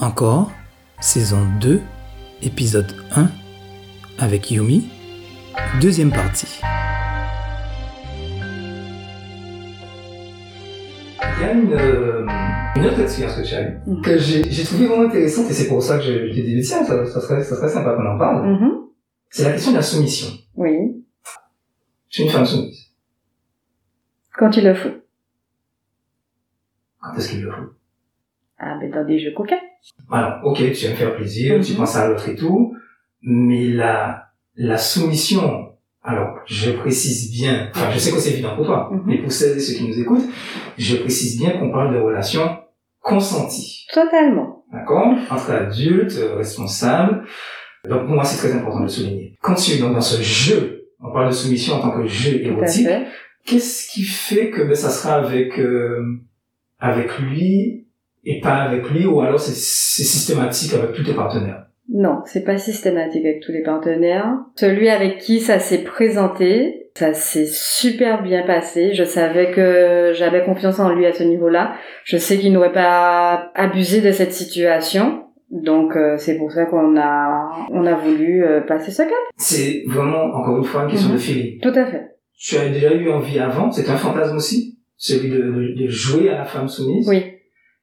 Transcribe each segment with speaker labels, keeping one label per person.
Speaker 1: Encore, saison 2, épisode 1, avec Yumi, deuxième partie.
Speaker 2: Il y a une, euh, une autre expérience que tu as eue,
Speaker 3: Mhm.
Speaker 2: que j'ai j'ai trouvé vraiment intéressante, et c'est pour ça que je, je t'ai dit, tiens, ça, ça serait, ça serait sympa qu'on en parle.
Speaker 3: Mhm.
Speaker 2: C'est la question de la soumission.
Speaker 3: Oui,
Speaker 2: Je suis une femme soumise.
Speaker 3: quand il le faut.
Speaker 2: Quand est-ce qu'il le faut
Speaker 3: Ah, ben dans des jeux coquets.
Speaker 2: Alors, ok, tu aimes faire plaisir, tu
Speaker 3: Mhm.
Speaker 2: penses à l'autre et tout, mais la, la soumission, alors, je précise bien, enfin, je sais que c'est évident pour toi,
Speaker 3: Mhm.
Speaker 2: mais pour celles et ceux qui nous écoutent, je précise bien qu'on parle de relations consenties.
Speaker 3: Totalement.
Speaker 2: D'accord Entre adultes, euh, responsables. Donc pour moi, c'est très important de le souligner. Quand tu es donc dans ce jeu, on parle de soumission en tant que jeu
Speaker 3: Tout à
Speaker 2: érotique,
Speaker 3: fait.
Speaker 2: qu'est-ce qui fait que ben, ça sera avec, euh, avec lui et pas avec lui, ou alors c'est c'est systématique avec tous tes partenaires
Speaker 3: Non, c'est pas systématique avec tous les partenaires. Celui avec qui ça s'est présenté, ça s'est super bien passé. Je savais que j'avais confiance en lui à ce niveau-là. Je sais qu'il n'aurait pas abusé de cette situation. Donc euh, c'est pour ça qu'on a on a voulu euh, passer ce cap.
Speaker 2: C'est vraiment, encore une fois, une question
Speaker 3: Mhm.
Speaker 2: de feeling.
Speaker 3: Tout à fait.
Speaker 2: Tu as déjà eu envie avant, c'est un fantasme aussi, celui de, de- de jouer à la femme soumise,
Speaker 3: Oui,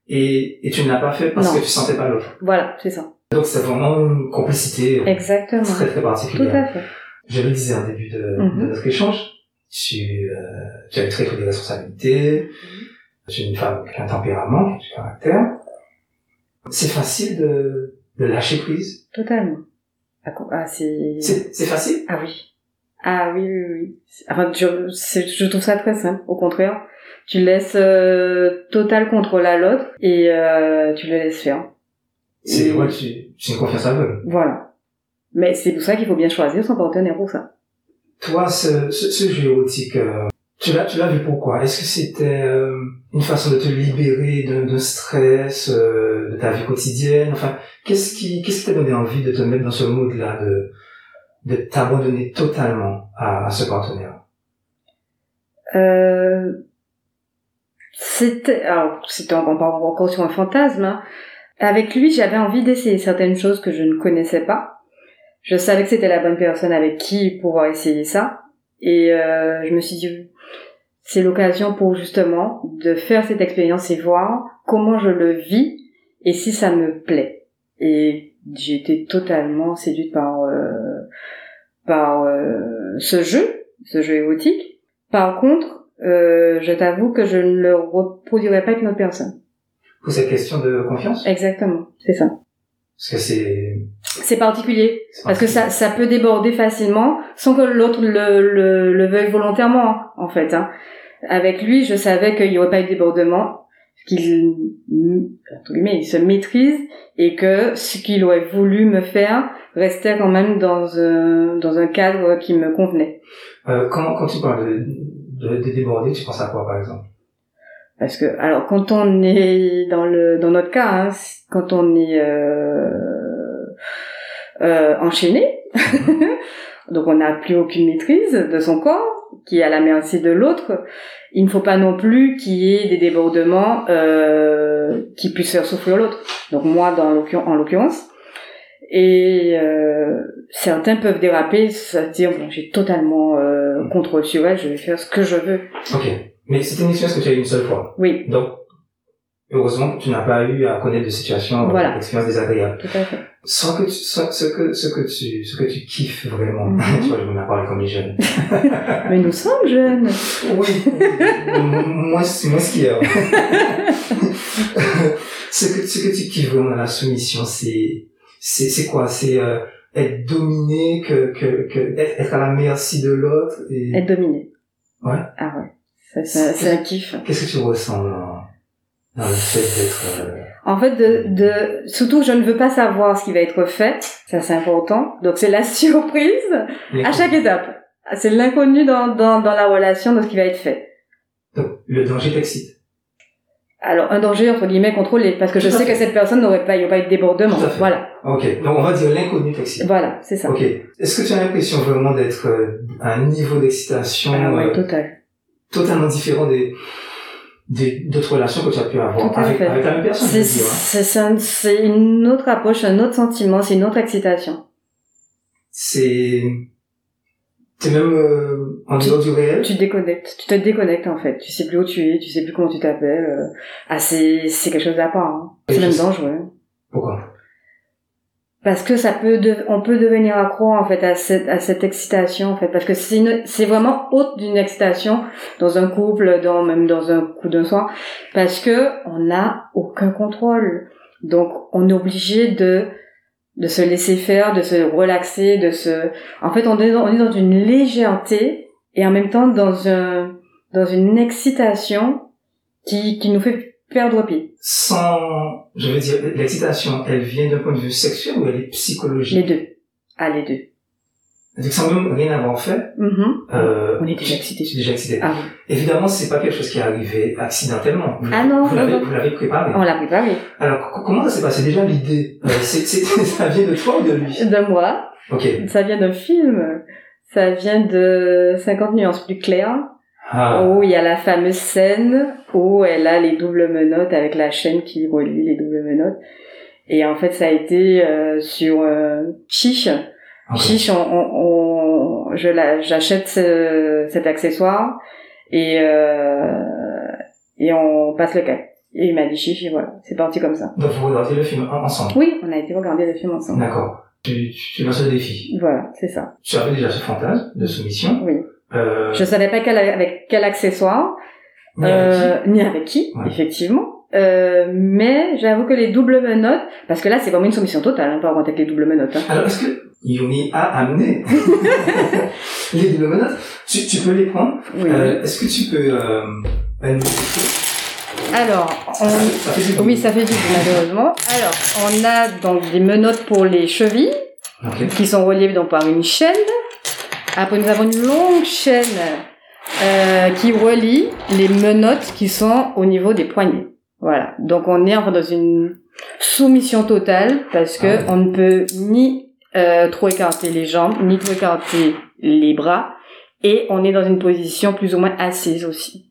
Speaker 2: et, et tu ne l'as pas fait parce
Speaker 3: Non.
Speaker 2: que tu sentais pas l'autre.
Speaker 3: voilà, c'est ça.
Speaker 2: Donc c'est vraiment une complicité euh,
Speaker 3: Exactement.
Speaker 2: très très
Speaker 3: Tout
Speaker 2: particulière.
Speaker 3: à fait.
Speaker 2: je le disais au début de,
Speaker 3: Mhm.
Speaker 2: de notre échange, tu, euh, tu as une très forte responsabilité, tu es une femme qui a un tempérament, qui a du caractère. C'est facile de, de lâcher prise.
Speaker 3: Totalement. Ah, co- ah, c'est...
Speaker 2: C'est c'est facile.
Speaker 3: Ah oui. Ah oui, oui, oui. Enfin, je, c'est- je trouve ça très simple. Au contraire, tu laisses euh, total contrôle à l'autre et euh, tu le laisses faire.
Speaker 2: C'est
Speaker 3: Et-
Speaker 2: ouais, tu- c'est une confiance aveugle.
Speaker 3: Voilà. Mais c'est pour ça qu'il faut bien choisir son partenaire pour ça.
Speaker 2: Toi, ce, ce, ce jeu érotique, euh, tu l'as tu l'as vu pourquoi Est-ce que c'était euh, une façon de te libérer d'un d'un stress, euh, de ta vie quotidienne Enfin, qu'est-ce qui qu'est-ce qui t'a donné envie de te mettre dans ce mood-là, de, de t'abandonner totalement à, à ce partenaire
Speaker 3: Euh, c'était, alors c'était encore, encore- encore sur un fantasme. hein. Avec lui, j'avais envie d'essayer certaines choses que je ne connaissais pas. Je savais que c'était la bonne personne avec qui pouvoir essayer ça, et euh, je me suis dit c'est l'occasion pour justement de faire cette expérience et voir comment je le vis et si ça me plaît. Et j'ai été totalement séduite par euh, par euh, ce jeu, ce jeu érotique. Par contre, euh, je t'avoue que je ne le reproduirai pas avec une autre personne.
Speaker 2: pour cette question de confiance
Speaker 3: Euh, Exactement, c'est ça.
Speaker 2: Parce que c'est...
Speaker 3: C'est particulier,
Speaker 2: c'est
Speaker 3: parce que ça,
Speaker 2: particulier.
Speaker 3: ça peut déborder facilement sans que l'autre le, le, le veuille volontairement, hein, en fait. hein. Avec lui, je savais qu'il n'y aurait pas eu de débordement, qu'il entre guillemets, il se maîtrise et que ce qu'il aurait voulu me faire restait quand même dans un, dans un cadre qui me convenait.
Speaker 2: Euh, quand, quand tu parles de, de, de déborder, tu penses à quoi, par exemple
Speaker 3: Parce que, alors, quand on est dans le dans notre cas, hein, c- quand on est euh, euh, enchaîné, donc on n'a plus aucune maîtrise de son corps, qui est à la merci de l'autre. Il ne faut pas non plus qu'il y ait des débordements euh, qui puissent faire souffrir l'autre. Donc moi, dans l'occur- en l'occurrence. Et euh, certains peuvent déraper, se dire bon, j'ai totalement euh, contrôle sur elle, je vais faire ce que je veux.
Speaker 2: Ok. Mais c'était une expérience que tu as eue une seule fois.
Speaker 3: Oui,
Speaker 2: Donc, heureusement que tu n'as pas eu à connaître de situation, euh,
Speaker 3: Voilà.
Speaker 2: d'expérience désagréable.
Speaker 3: tout à fait.
Speaker 2: Soit que tu, soit ce que, ce que tu, ce que tu kiffes vraiment.
Speaker 3: Mhm.
Speaker 2: tu vois, je me la parle comme les jeunes.
Speaker 3: Mais nous sommes jeunes.
Speaker 2: Oui. moi, c'est moi ce qu'il y a. ce que, ce que tu kiffes vraiment dans la soumission, c'est, c'est, c'est quoi? C'est, euh, être dominé, que, que, que, être être à la merci de l'autre et
Speaker 3: Être dominé.
Speaker 2: Ouais.
Speaker 3: Ah ouais. Ça, ça- c'est un kiff.
Speaker 2: qu'est-ce que tu ressens dans, dans le fait d'être, euh,
Speaker 3: En fait, de, de, surtout, je ne veux pas savoir ce qui va être fait. Ça, c'est important. Donc, c'est la surprise à
Speaker 2: l'inconnu
Speaker 3: chaque étape. C'est l'inconnu dans, dans, dans la relation de ce qui va être fait.
Speaker 2: Donc, le danger t'excite.
Speaker 3: Alors, un danger, entre guillemets, contrôlé. Parce que je
Speaker 2: Tout à
Speaker 3: sais
Speaker 2: fait.
Speaker 3: que cette personne n'aurait pas, il n'y aurait pas eu de débordement.
Speaker 2: Tout à fait.
Speaker 3: Voilà.
Speaker 2: Ok. Donc, on va dire l'inconnu t'excite.
Speaker 3: Voilà, c'est ça.
Speaker 2: Ok. Est-ce que tu as l'impression vraiment d'être euh, à un niveau d'excitation
Speaker 3: Ah ouais,
Speaker 2: euh,
Speaker 3: total.
Speaker 2: totalement différent des, des- d'autres relations que tu as pu avoir
Speaker 3: Tout à
Speaker 2: avec,
Speaker 3: fait.
Speaker 2: avec la même personne. je
Speaker 3: C'est
Speaker 2: veux dire, hein.
Speaker 3: c'est- c'est un- c'est une autre approche, un autre sentiment, c'est une autre excitation.
Speaker 2: C'est, t'es même euh, en
Speaker 3: Tu-
Speaker 2: dehors du réel.
Speaker 3: Tu déconnectes, tu te déconnectes en fait. Tu sais plus où tu es, tu sais plus comment tu t'appelles. euh. Ah, c'est c'est quelque chose d'à part. hein.
Speaker 2: Et
Speaker 3: C'est même
Speaker 2: je sais-
Speaker 3: dangereux.
Speaker 2: Pourquoi
Speaker 3: Parce que ça peut, de- on peut devenir accro en fait à cette à cette excitation en fait, parce que c'est une- c'est vraiment haute d'une excitation dans un couple, dans même dans un coup d'un soin, parce que on n'a aucun contrôle, donc on est obligé de de se laisser faire, de se relaxer, de se, en fait on est dans, on est dans une légèreté et en même temps dans un dans une excitation qui qui nous fait perdre pied,
Speaker 2: Sans, je veux dire, l'excitation, elle vient d'un point de vue sexuel ou elle est
Speaker 3: les
Speaker 2: psychologique
Speaker 3: deux, ah les deux,
Speaker 2: C'est-à-dire que Sans même rien avoir fait,
Speaker 3: Mhm.
Speaker 2: euh,
Speaker 3: on est déjà
Speaker 2: tu-
Speaker 3: excité.
Speaker 2: tu es déjà excité.
Speaker 3: Ah oui.
Speaker 2: Évidemment, c'est pas quelque chose qui est arrivé accidentellement. Vous-
Speaker 3: Ah non,
Speaker 2: vous
Speaker 3: non,
Speaker 2: l'avez,
Speaker 3: non.
Speaker 2: vous l'avez préparé.
Speaker 3: On l'a préparé.
Speaker 2: Alors, co- comment ça s'est passé déjà l'idée euh, c'est, c'est, Ça vient de toi ou de lui
Speaker 3: De moi.
Speaker 2: Ok.
Speaker 3: Ça vient d'un film. Ça vient de 50 nuances plus claires.
Speaker 2: Ah.
Speaker 3: Où il y a la fameuse scène où elle a les doubles menottes avec la chaîne qui relie les doubles menottes. Et en fait, ça a été euh, sur euh, Chiche.
Speaker 2: ok.
Speaker 3: Chiche, on, on- on- je la- j'achète ce- cet accessoire et, euh, et on passe le cap. Et il m'a dit Chiche et voilà, c'est parti comme ça.
Speaker 2: Donc, vous regardez le film en- ensemble.
Speaker 3: Oui, on a été regarder le film ensemble.
Speaker 2: D'accord. Tu, tu, tu lances le défi.
Speaker 3: Voilà, c'est ça.
Speaker 2: Tu avais déjà ce fantasme de soumission.
Speaker 3: Oui.
Speaker 2: Euh,
Speaker 3: Je savais pas quel, avec quel accessoire,
Speaker 2: mais avec qui
Speaker 3: euh, ni avec qui,
Speaker 2: Ouais.
Speaker 3: effectivement. Euh, mais j'avoue que les doubles menottes, parce que là c'est vraiment une soumission totale, hein, pas avec les doubles menottes. hein.
Speaker 2: Alors, est-ce que Yumi a amené les doubles menottes tu, tu peux les prendre
Speaker 3: Oui.
Speaker 2: Euh, Est-ce que tu peux... Euh, bah, nous- ça
Speaker 3: Alors, on...
Speaker 2: fait- ça fait du
Speaker 3: Euh, oui,
Speaker 2: bruit.
Speaker 3: ça fait du bruit, malheureusement. Alors, on a donc des menottes pour les chevilles,
Speaker 2: Ok.
Speaker 3: qui sont reliées donc par une chaîne. Après, nous avons une longue chaîne euh, qui relie les menottes qui sont au niveau des poignets. Voilà. Donc on est enfin dans une soumission totale parce que
Speaker 2: Ah ouais.
Speaker 3: on ne peut ni euh, trop écarter les jambes, ni trop écarter les bras, et on est dans une position plus ou moins assise aussi,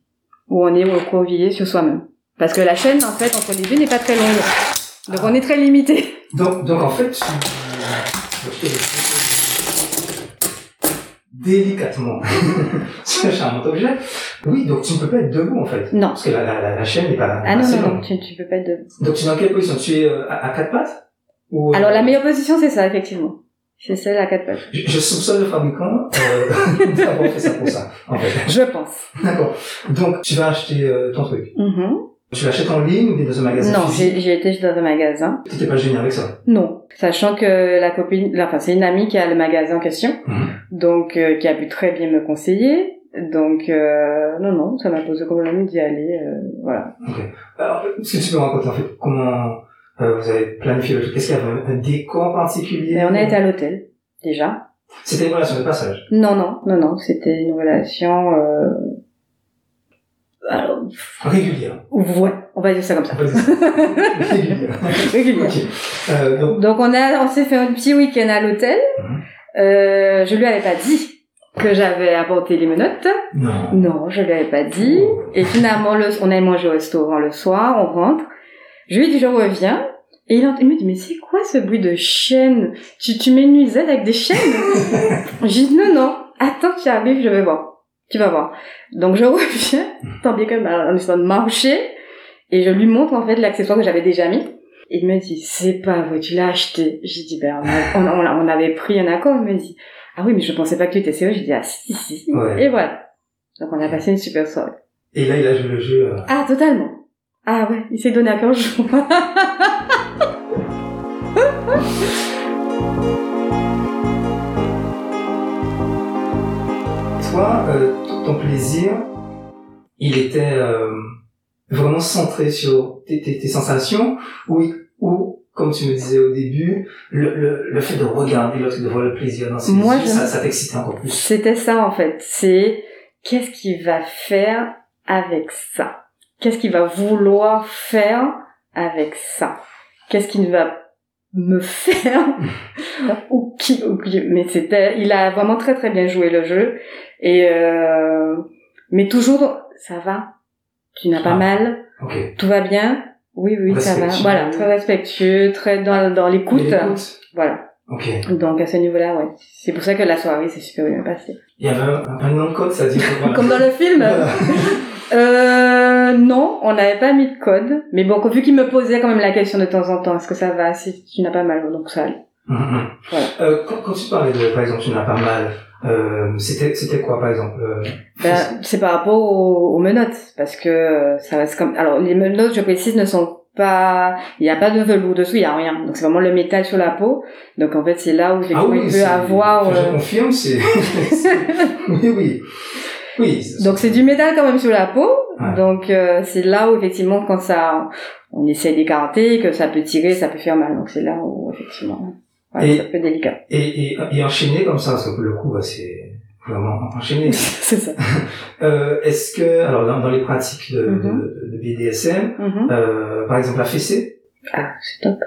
Speaker 3: où on est recroquevillé sur soi-même. Parce que la chaîne en fait entre les deux n'est pas très longue, donc
Speaker 2: Ah.
Speaker 3: on est très limité.
Speaker 2: Donc, donc en fait, tu... délicatement ce charmant objet. Oui, donc tu ne peux pas être debout en fait.
Speaker 3: Non.
Speaker 2: Parce que la, la, la, la chaîne n'est pas
Speaker 3: Ah non
Speaker 2: assez
Speaker 3: non non,
Speaker 2: longue.
Speaker 3: tu, tu peux pas être de
Speaker 2: Donc tu es dans quelle position Tu es euh, à, à quatre pattes Ou, euh,
Speaker 3: Alors la meilleure position c'est ça effectivement. C'est celle à quatre pattes.
Speaker 2: Je, je soupçonne le fabricant euh, d'avoir fait ça pour ça, en fait.
Speaker 3: Je pense.
Speaker 2: D'accord. Donc tu vas acheter euh, ton truc.
Speaker 3: Mhm.
Speaker 2: Tu l'achètes en ligne ou bien dans un magasin
Speaker 3: Non,
Speaker 2: physique
Speaker 3: j'ai j'ai été dans un magasin.
Speaker 2: T'étais pas gêné avec ça.
Speaker 3: Non, sachant que la copine, enfin c'est une amie qui a le magasin en question,
Speaker 2: Mhm.
Speaker 3: donc euh, qui a pu très bien me conseiller. Donc euh, non non, ça m'a posé problème d'y aller. euh, voilà.
Speaker 2: Alors, est-ce que tu peux me raconter en fait comment euh, vous avez planifié le truc Est-ce qu'il y avait un, un décor particulier
Speaker 3: Mais on a été à l'hôtel déjà.
Speaker 2: C'était une relation de passage.
Speaker 3: Non non non non, c'était une relation. Euh... Alors
Speaker 2: Régulière.
Speaker 3: ouais, on va dire ça comme ça.
Speaker 2: hein. On peut dire ça. Régulière.
Speaker 3: Régulière.
Speaker 2: ok. Euh, donc,
Speaker 3: Donc on a, on s'est fait un petit week-end à l'hôtel.
Speaker 2: Mhm.
Speaker 3: Euh, je lui avais pas dit que j'avais apporté les menottes.
Speaker 2: non.
Speaker 3: Non, je lui avais pas dit. Et finalement, le, on allait manger au restaurant le soir, on rentre. Je lui dis, je reviens. Et il, ent- il me dit, mais c'est quoi ce bruit de chaîne Tu, tu mets une nuisette avec des chaînes J'ai dit, non, non, attends que j'arrive, je vais voir. Tu vas voir. Donc je reviens, tant bien que mal, en essayant de marcher. Et je lui montre en fait l'accessoire que j'avais déjà mis. Et il me dit, c'est pas vrai, tu l'as acheté. J'ai dit, ben, on, on, on avait pris un accord. Il me dit, ah oui, mais je pensais pas que tu étais sérieux. J'ai dit, ah si, si, si.
Speaker 2: Ouais.
Speaker 3: Et voilà. Donc on a passé une super soirée.
Speaker 2: Et là, il a joué le jeu. euh,
Speaker 3: Ah, totalement. Ah ouais, il s'est donné à cœur joie.
Speaker 2: Toi, euh, t- ton plaisir, il était euh, vraiment centré sur tes, tes- tes sensations ou, ou, comme tu me disais au début, le, le, le fait de regarder l'autre, de voir le plaisir dans ses
Speaker 3: Moi,
Speaker 2: yeux,
Speaker 3: je-
Speaker 2: ça, ça t'excitait encore plus.
Speaker 3: C'était ça en fait. C'est qu'est-ce qu'il va faire avec ça Qu'est-ce qu'il va vouloir faire avec ça Qu'est-ce qu'il va me faire ou qui, ou qui- Mais c'était, il a vraiment très très bien joué le jeu et euh, mais toujours ça va, tu n'as pas
Speaker 2: Ah.
Speaker 3: mal,
Speaker 2: Ok.
Speaker 3: tout va bien, oui, oui, ça va.
Speaker 2: Respectueux.
Speaker 3: Voilà, très respectueux, très dans, dans l'écoute.
Speaker 2: Et l'écoute
Speaker 3: Voilà.
Speaker 2: Ok.
Speaker 3: Donc à ce niveau-là, ouais. C'est pour ça que la soirée s'est super bien passée.
Speaker 2: Il y avait un, un nom de code, ça dit que-
Speaker 3: Comme dans le film.
Speaker 2: Voilà.
Speaker 3: Euh, non, on n'avait pas mis de code. Mais bon, vu qu'il me posait quand même la question de temps en temps, est-ce que ça va, si tu n'as pas mal, donc ça ben, allait.
Speaker 2: Mhm.
Speaker 3: Voilà.
Speaker 2: Euh, quand, quand tu parlais de, par exemple, tu n'as pas mal, euh, c'était, c'était quoi, par exemple euh,
Speaker 3: Ben, c'est par rapport aux, aux menottes, parce que euh, ça reste comme... Alors, les menottes, je précise, ne sont pas... Il n'y a pas de velours dessous, il n'y a rien. Donc c'est vraiment le métal sur la peau. Donc en fait, Ah c'est là où effectivement, il peut
Speaker 2: ah c'est-
Speaker 3: avoir...
Speaker 2: enfin, Je
Speaker 3: euh,
Speaker 2: confirme, c'est. oui, oui. Oui. c'est-
Speaker 3: Donc c'est du métal quand même sur la peau.
Speaker 2: Ouais.
Speaker 3: Donc euh, c'est là où effectivement quand ça on essaie d'écarter que ça peut tirer, ça peut faire mal. Donc c'est là où effectivement ouais,
Speaker 2: Et-
Speaker 3: c'est un peu délicat.
Speaker 2: Et, et, et enchaîner comme ça, parce que pour le coup, bah, c'est vraiment enchaîné.
Speaker 3: c'est ça.
Speaker 2: Euh, est-ce que, alors dans, dans les pratiques de,
Speaker 3: Mhm.
Speaker 2: de, de BDSM,
Speaker 3: Mhm.
Speaker 2: euh, par exemple la fessée,
Speaker 3: Ah c'est top.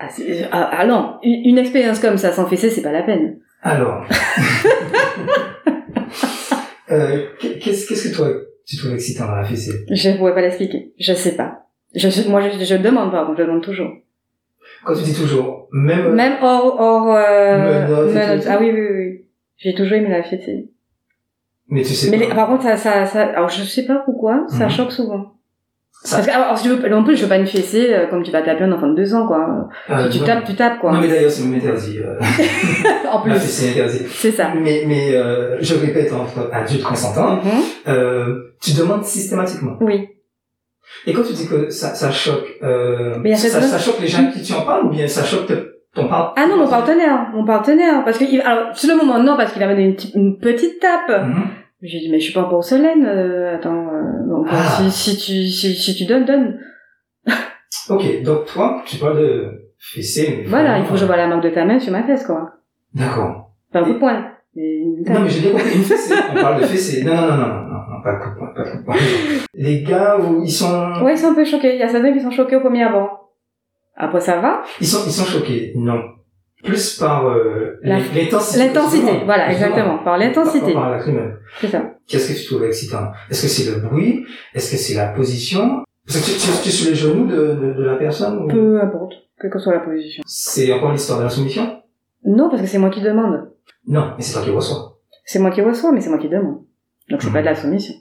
Speaker 3: Ah, c'est- ah, ah non, une, une expérience comme ça sans fessée, c'est pas la peine.
Speaker 2: alors, euh, qu'est-ce, qu'est-ce que toi tu trouves excitant dans la fessée
Speaker 3: Je pourrais pas l'expliquer. Je sais pas. Je, je- moi je, je demande pas, je demande toujours.
Speaker 2: Quand tu dis toujours, même,
Speaker 3: Même hors hors euh,
Speaker 2: Menottes et
Speaker 3: menottes.
Speaker 2: tout.
Speaker 3: ah oui oui oui. oui. J'ai toujours aimé la fessée.
Speaker 2: mais tu sais
Speaker 3: Mais les-
Speaker 2: pas.
Speaker 3: par contre, ça, ça, ça, alors je sais pas pourquoi, ça
Speaker 2: Mhm.
Speaker 3: choque souvent.
Speaker 2: Ça-
Speaker 3: Parce que, alors, si tu veux, en plus, je veux pas une fessée euh, comme tu vas taper un enfant de deux ans, quoi.
Speaker 2: Euh,
Speaker 3: si tu
Speaker 2: non.
Speaker 3: tapes, tu tapes, quoi.
Speaker 2: Non mais Ah, d'ailleurs c'est même interdit. euh,
Speaker 3: en
Speaker 2: la
Speaker 3: plus,
Speaker 2: fessée est interdite.
Speaker 3: c'est ça.
Speaker 2: Mais, mais euh, je répète entre adultes consentants,
Speaker 3: Mhm.
Speaker 2: euh, tu demandes systématiquement.
Speaker 3: Oui.
Speaker 2: Et quand tu dis que ça, ça choque, euh,
Speaker 3: Mais il y a
Speaker 2: ça,
Speaker 3: cette-
Speaker 2: ça choque les gens à qui tu en parles ou bien ça choque te- ton parent
Speaker 3: Ah non, mon partenaire, mon partenaire. Parce que, il- alors, sur le moment, non, parce qu'il avait donné une, petite- une petite tape.
Speaker 2: Mhm.
Speaker 3: J'ai dit, mais je suis pas en porcelaine, euh, attends, euh, donc,
Speaker 2: Ah.
Speaker 3: si, si tu, si, si tu donnes, donne.
Speaker 2: Ok, donc toi, tu parles de fessée. mais
Speaker 3: Voilà,
Speaker 2: vraiment-
Speaker 3: il faut que je vois la marque de ta main sur ma fesse, quoi.
Speaker 2: D'accord.
Speaker 3: Pas un coup de poing. mais une tape.
Speaker 2: Non, mais j'ai bien compris. Une fessée. On parle de fessée. Non, non, non, non, non, non, non, pas de coup de poing, pas de coup de poing. Les gars, vous- ils sont,
Speaker 3: Ouais, ils sont un peu choqués. Il y a certains qui sont choqués au premier abord. Après, ça va.
Speaker 2: ils sont, ils sont choqués. Non. Plus par euh,
Speaker 3: La-
Speaker 2: l'intensité.
Speaker 3: L'intensité,
Speaker 2: Justement.
Speaker 3: voilà,
Speaker 2: Justement.
Speaker 3: exactement, par
Speaker 2: Pas- pas
Speaker 3: l'intensité.
Speaker 2: Par la même.
Speaker 3: C'est ça.
Speaker 2: Qu'est-ce que tu trouves excitant Est-ce que c'est le bruit Est-ce que c'est la position Parce que tu, tu, tu es sur les genoux de, de, de la personne ou...
Speaker 3: Peu importe, quelle que soit la position.
Speaker 2: C'est encore l'histoire de la soumission
Speaker 3: Non, parce que c'est moi qui demande.
Speaker 2: Non, mais c'est toi qui reçois.
Speaker 3: C'est moi qui reçois, mais c'est moi qui demande. Donc c'est pas de la soumission.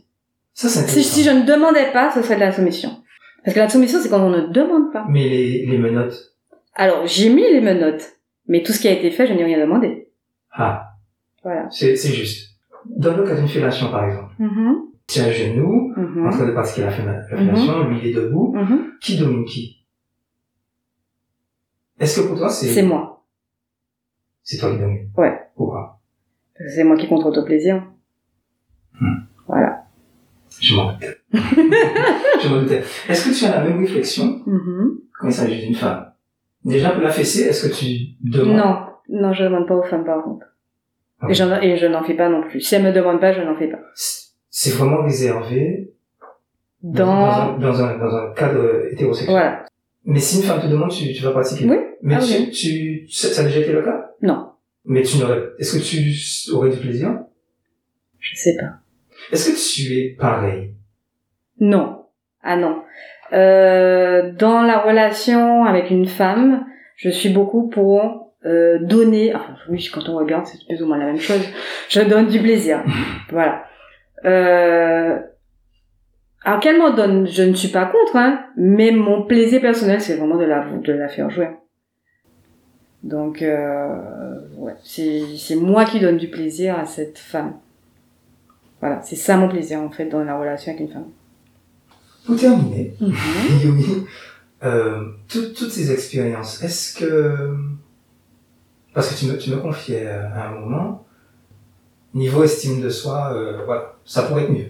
Speaker 2: Ça, c'est
Speaker 3: Si,
Speaker 2: intéressant.
Speaker 3: si je ne demandais pas, ce serait de la soumission. Parce que la soumission, c'est quand on ne demande pas.
Speaker 2: Mais les, les menottes.
Speaker 3: Alors, j'ai mis les menottes, mais tout ce qui a été fait, je n'ai rien demandé.
Speaker 2: Ah.
Speaker 3: Voilà.
Speaker 2: C'est, c'est juste. Dans le cas d'une fellation, par exemple,
Speaker 3: Mhm,
Speaker 2: tu as un genou, en
Speaker 3: mhm,
Speaker 2: train de pratiquer la fella- la fellation, lui il est debout,
Speaker 3: mhm.
Speaker 2: qui domine qui Est-ce que pour toi c'est...
Speaker 3: C'est moi.
Speaker 2: C'est toi qui domine
Speaker 3: Ouais.
Speaker 2: Pourquoi
Speaker 3: Parce que C'est moi qui contrôle ton plaisir.
Speaker 2: Je m'en doutais. Je m'en doutais. Est-ce que tu as la même réflexion
Speaker 3: Mhm.
Speaker 2: quand il s'agit d'une femme Déjà, pour la fessée, est-ce que tu demandes
Speaker 3: Non, non, je demande pas aux femmes par contre.
Speaker 2: Ah
Speaker 3: Et,
Speaker 2: oui.
Speaker 3: j'en- et je n'en fais pas non plus. Si elles me demandent pas, je n'en fais pas.
Speaker 2: C'est- C'est vraiment réservé
Speaker 3: Dans...
Speaker 2: un, dans, un, dans un cadre hétérosexuel.
Speaker 3: Voilà.
Speaker 2: Mais si une femme te demande, tu, tu vas pratiquer.
Speaker 3: Oui.
Speaker 2: Mais
Speaker 3: Ah
Speaker 2: tu,
Speaker 3: oui.
Speaker 2: tu, ça, ça a déjà été le cas
Speaker 3: Non.
Speaker 2: Mais tu n'aurais, est-ce que tu aurais du plaisir
Speaker 3: Je sais pas.
Speaker 2: Est-ce que tu es pareil
Speaker 3: Non. Ah non. Euh, dans la relation avec une femme, je suis beaucoup pour euh, donner. Enfin, oui, quand on regarde, c'est plus ou moins la même chose. Je donne du plaisir. voilà. Euh, alors qu'elle m'en donne, je ne suis pas contre, hein, mais mon plaisir personnel, c'est vraiment de la, de la faire jouer. Donc, euh, ouais, c'est c'est moi qui donne du plaisir à cette femme. Voilà, c'est ça mon plaisir en fait dans la relation avec une femme.
Speaker 2: Pour terminer,
Speaker 3: Mhm.
Speaker 2: Yumi, euh, tout- toutes ces expériences, est-ce que... Parce que tu me, tu me confiais euh, à un moment, niveau estime de soi, euh, voilà, ça pourrait être mieux.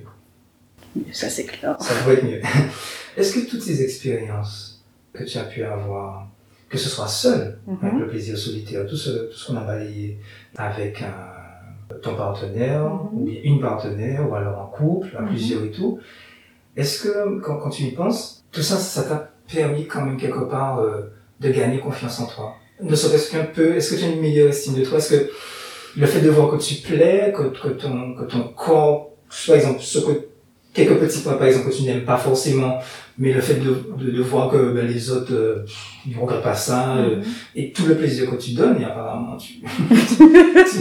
Speaker 3: Ça c'est clair.
Speaker 2: Ça pourrait être mieux. est-ce que toutes ces expériences que tu as pu avoir, que ce soit seule,
Speaker 3: Mhm.
Speaker 2: avec le plaisir solitaire, tout ce, tout ce qu'on a balayé avec un- ton partenaire,
Speaker 3: Mhm.
Speaker 2: ou bien une partenaire, ou alors en couple, à
Speaker 3: Mhm.
Speaker 2: plusieurs et tout. Est-ce que, quand, quand tu y penses, tout ça, ça t'a permis quand même quelque part euh, de gagner confiance en toi Ne serait-ce qu'un peu, est-ce que tu as une meilleure estime de toi Est-ce que le fait de voir que tu plais, que, que, ton, que ton corps, par exemple, ce que quelques petits points, par exemple, que tu n'aimes pas forcément, mais le fait de, de, de voir que ben, les autres euh, ne regardent pas ça,
Speaker 3: Mhm.
Speaker 2: euh, et tout le plaisir que tu donnes, et apparemment, tu, tu,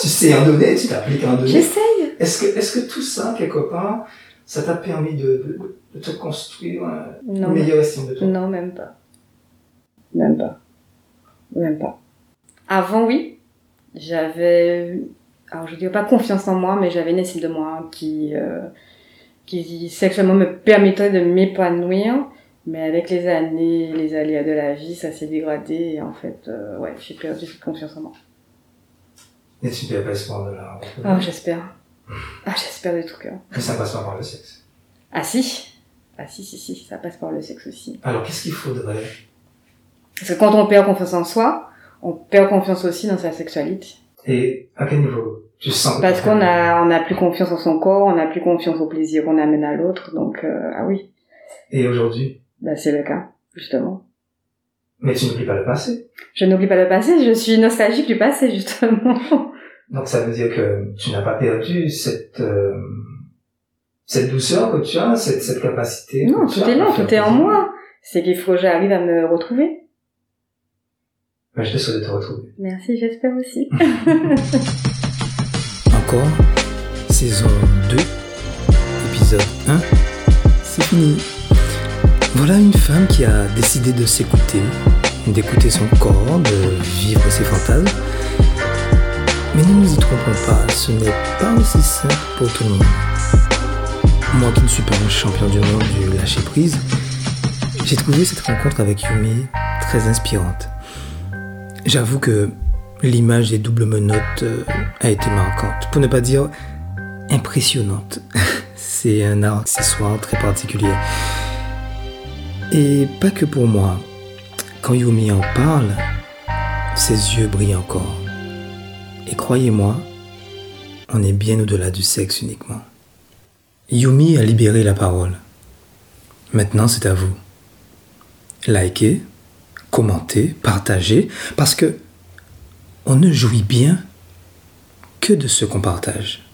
Speaker 2: tu sais en donner, tu t'appliques à en donner.
Speaker 3: J'essaye.
Speaker 2: Est-ce que, est-ce que tout ça, quelque part, ça t'a permis de, de, de te construire euh,
Speaker 3: Non.
Speaker 2: une meilleure estime de toi
Speaker 3: Non, même pas. Même pas. Même pas. Avant, oui, j'avais, alors je dirais pas confiance en moi, mais j'avais une estime de moi qui, euh, qui sexuellement me permettait de m'épanouir. Mais avec les années, les aléas de la vie, ça s'est dégradé et en fait, euh, ouais, j'ai perdu cette confiance en moi.
Speaker 2: Et tu ne perds pas espoir de la
Speaker 3: Ah, j'espère. Ah, j'espère de tout cœur.
Speaker 2: Mais ça passe pas par le sexe.
Speaker 3: Ah si Ah si, si, si, ça passe par le sexe aussi.
Speaker 2: Alors, qu'est-ce qu'il faudrait
Speaker 3: Parce que quand on perd confiance en soi, on perd confiance aussi dans sa sexualité.
Speaker 2: Et à quel niveau Tu sens que
Speaker 3: Parce
Speaker 2: t'as-
Speaker 3: qu'on a, on a plus confiance en son corps, on a plus confiance au plaisir qu'on amène à l'autre. Donc, euh, ah oui,
Speaker 2: Et aujourd'hui
Speaker 3: bah c'est le cas, justement.
Speaker 2: Mais tu n'oublies pas le passé.
Speaker 3: Je n'oublie pas le passé, je suis nostalgique du passé, justement.
Speaker 2: Donc, ça veut dire que tu n'as pas perdu cette, euh, cette douceur que tu as, cette, cette capacité.
Speaker 3: non,
Speaker 2: que tu
Speaker 3: tout
Speaker 2: as
Speaker 3: est
Speaker 2: à
Speaker 3: là,
Speaker 2: faire
Speaker 3: tout est en
Speaker 2: plaisir.
Speaker 3: moi. C'est qu'il faut que j'arrive à me retrouver.
Speaker 2: Ben, je te souhaite de te retrouver.
Speaker 3: Merci, j'espère aussi.
Speaker 1: Encore, saison 2, épisode 1, c'est fini. Voilà une femme qui a décidé de s'écouter, d'écouter son corps, de vivre ses fantasmes. Mais ne nous y trompons pas, ce n'est pas aussi simple pour tout le monde. Moi qui ne suis pas un champion du monde du lâcher-prise, j'ai trouvé cette rencontre avec Yumi très inspirante. J'avoue que l'image des doubles menottes euh, a été marquante, pour ne pas dire impressionnante. C'est un accessoire très particulier. Et pas que pour moi. Quand Yumi en parle, ses yeux brillent encore. Et croyez-moi, on est bien au-delà du sexe uniquement. Yumi a libéré la parole. Maintenant, c'est à vous. Likez, commentez, partagez, parce que on ne jouit bien que de ce qu'on partage.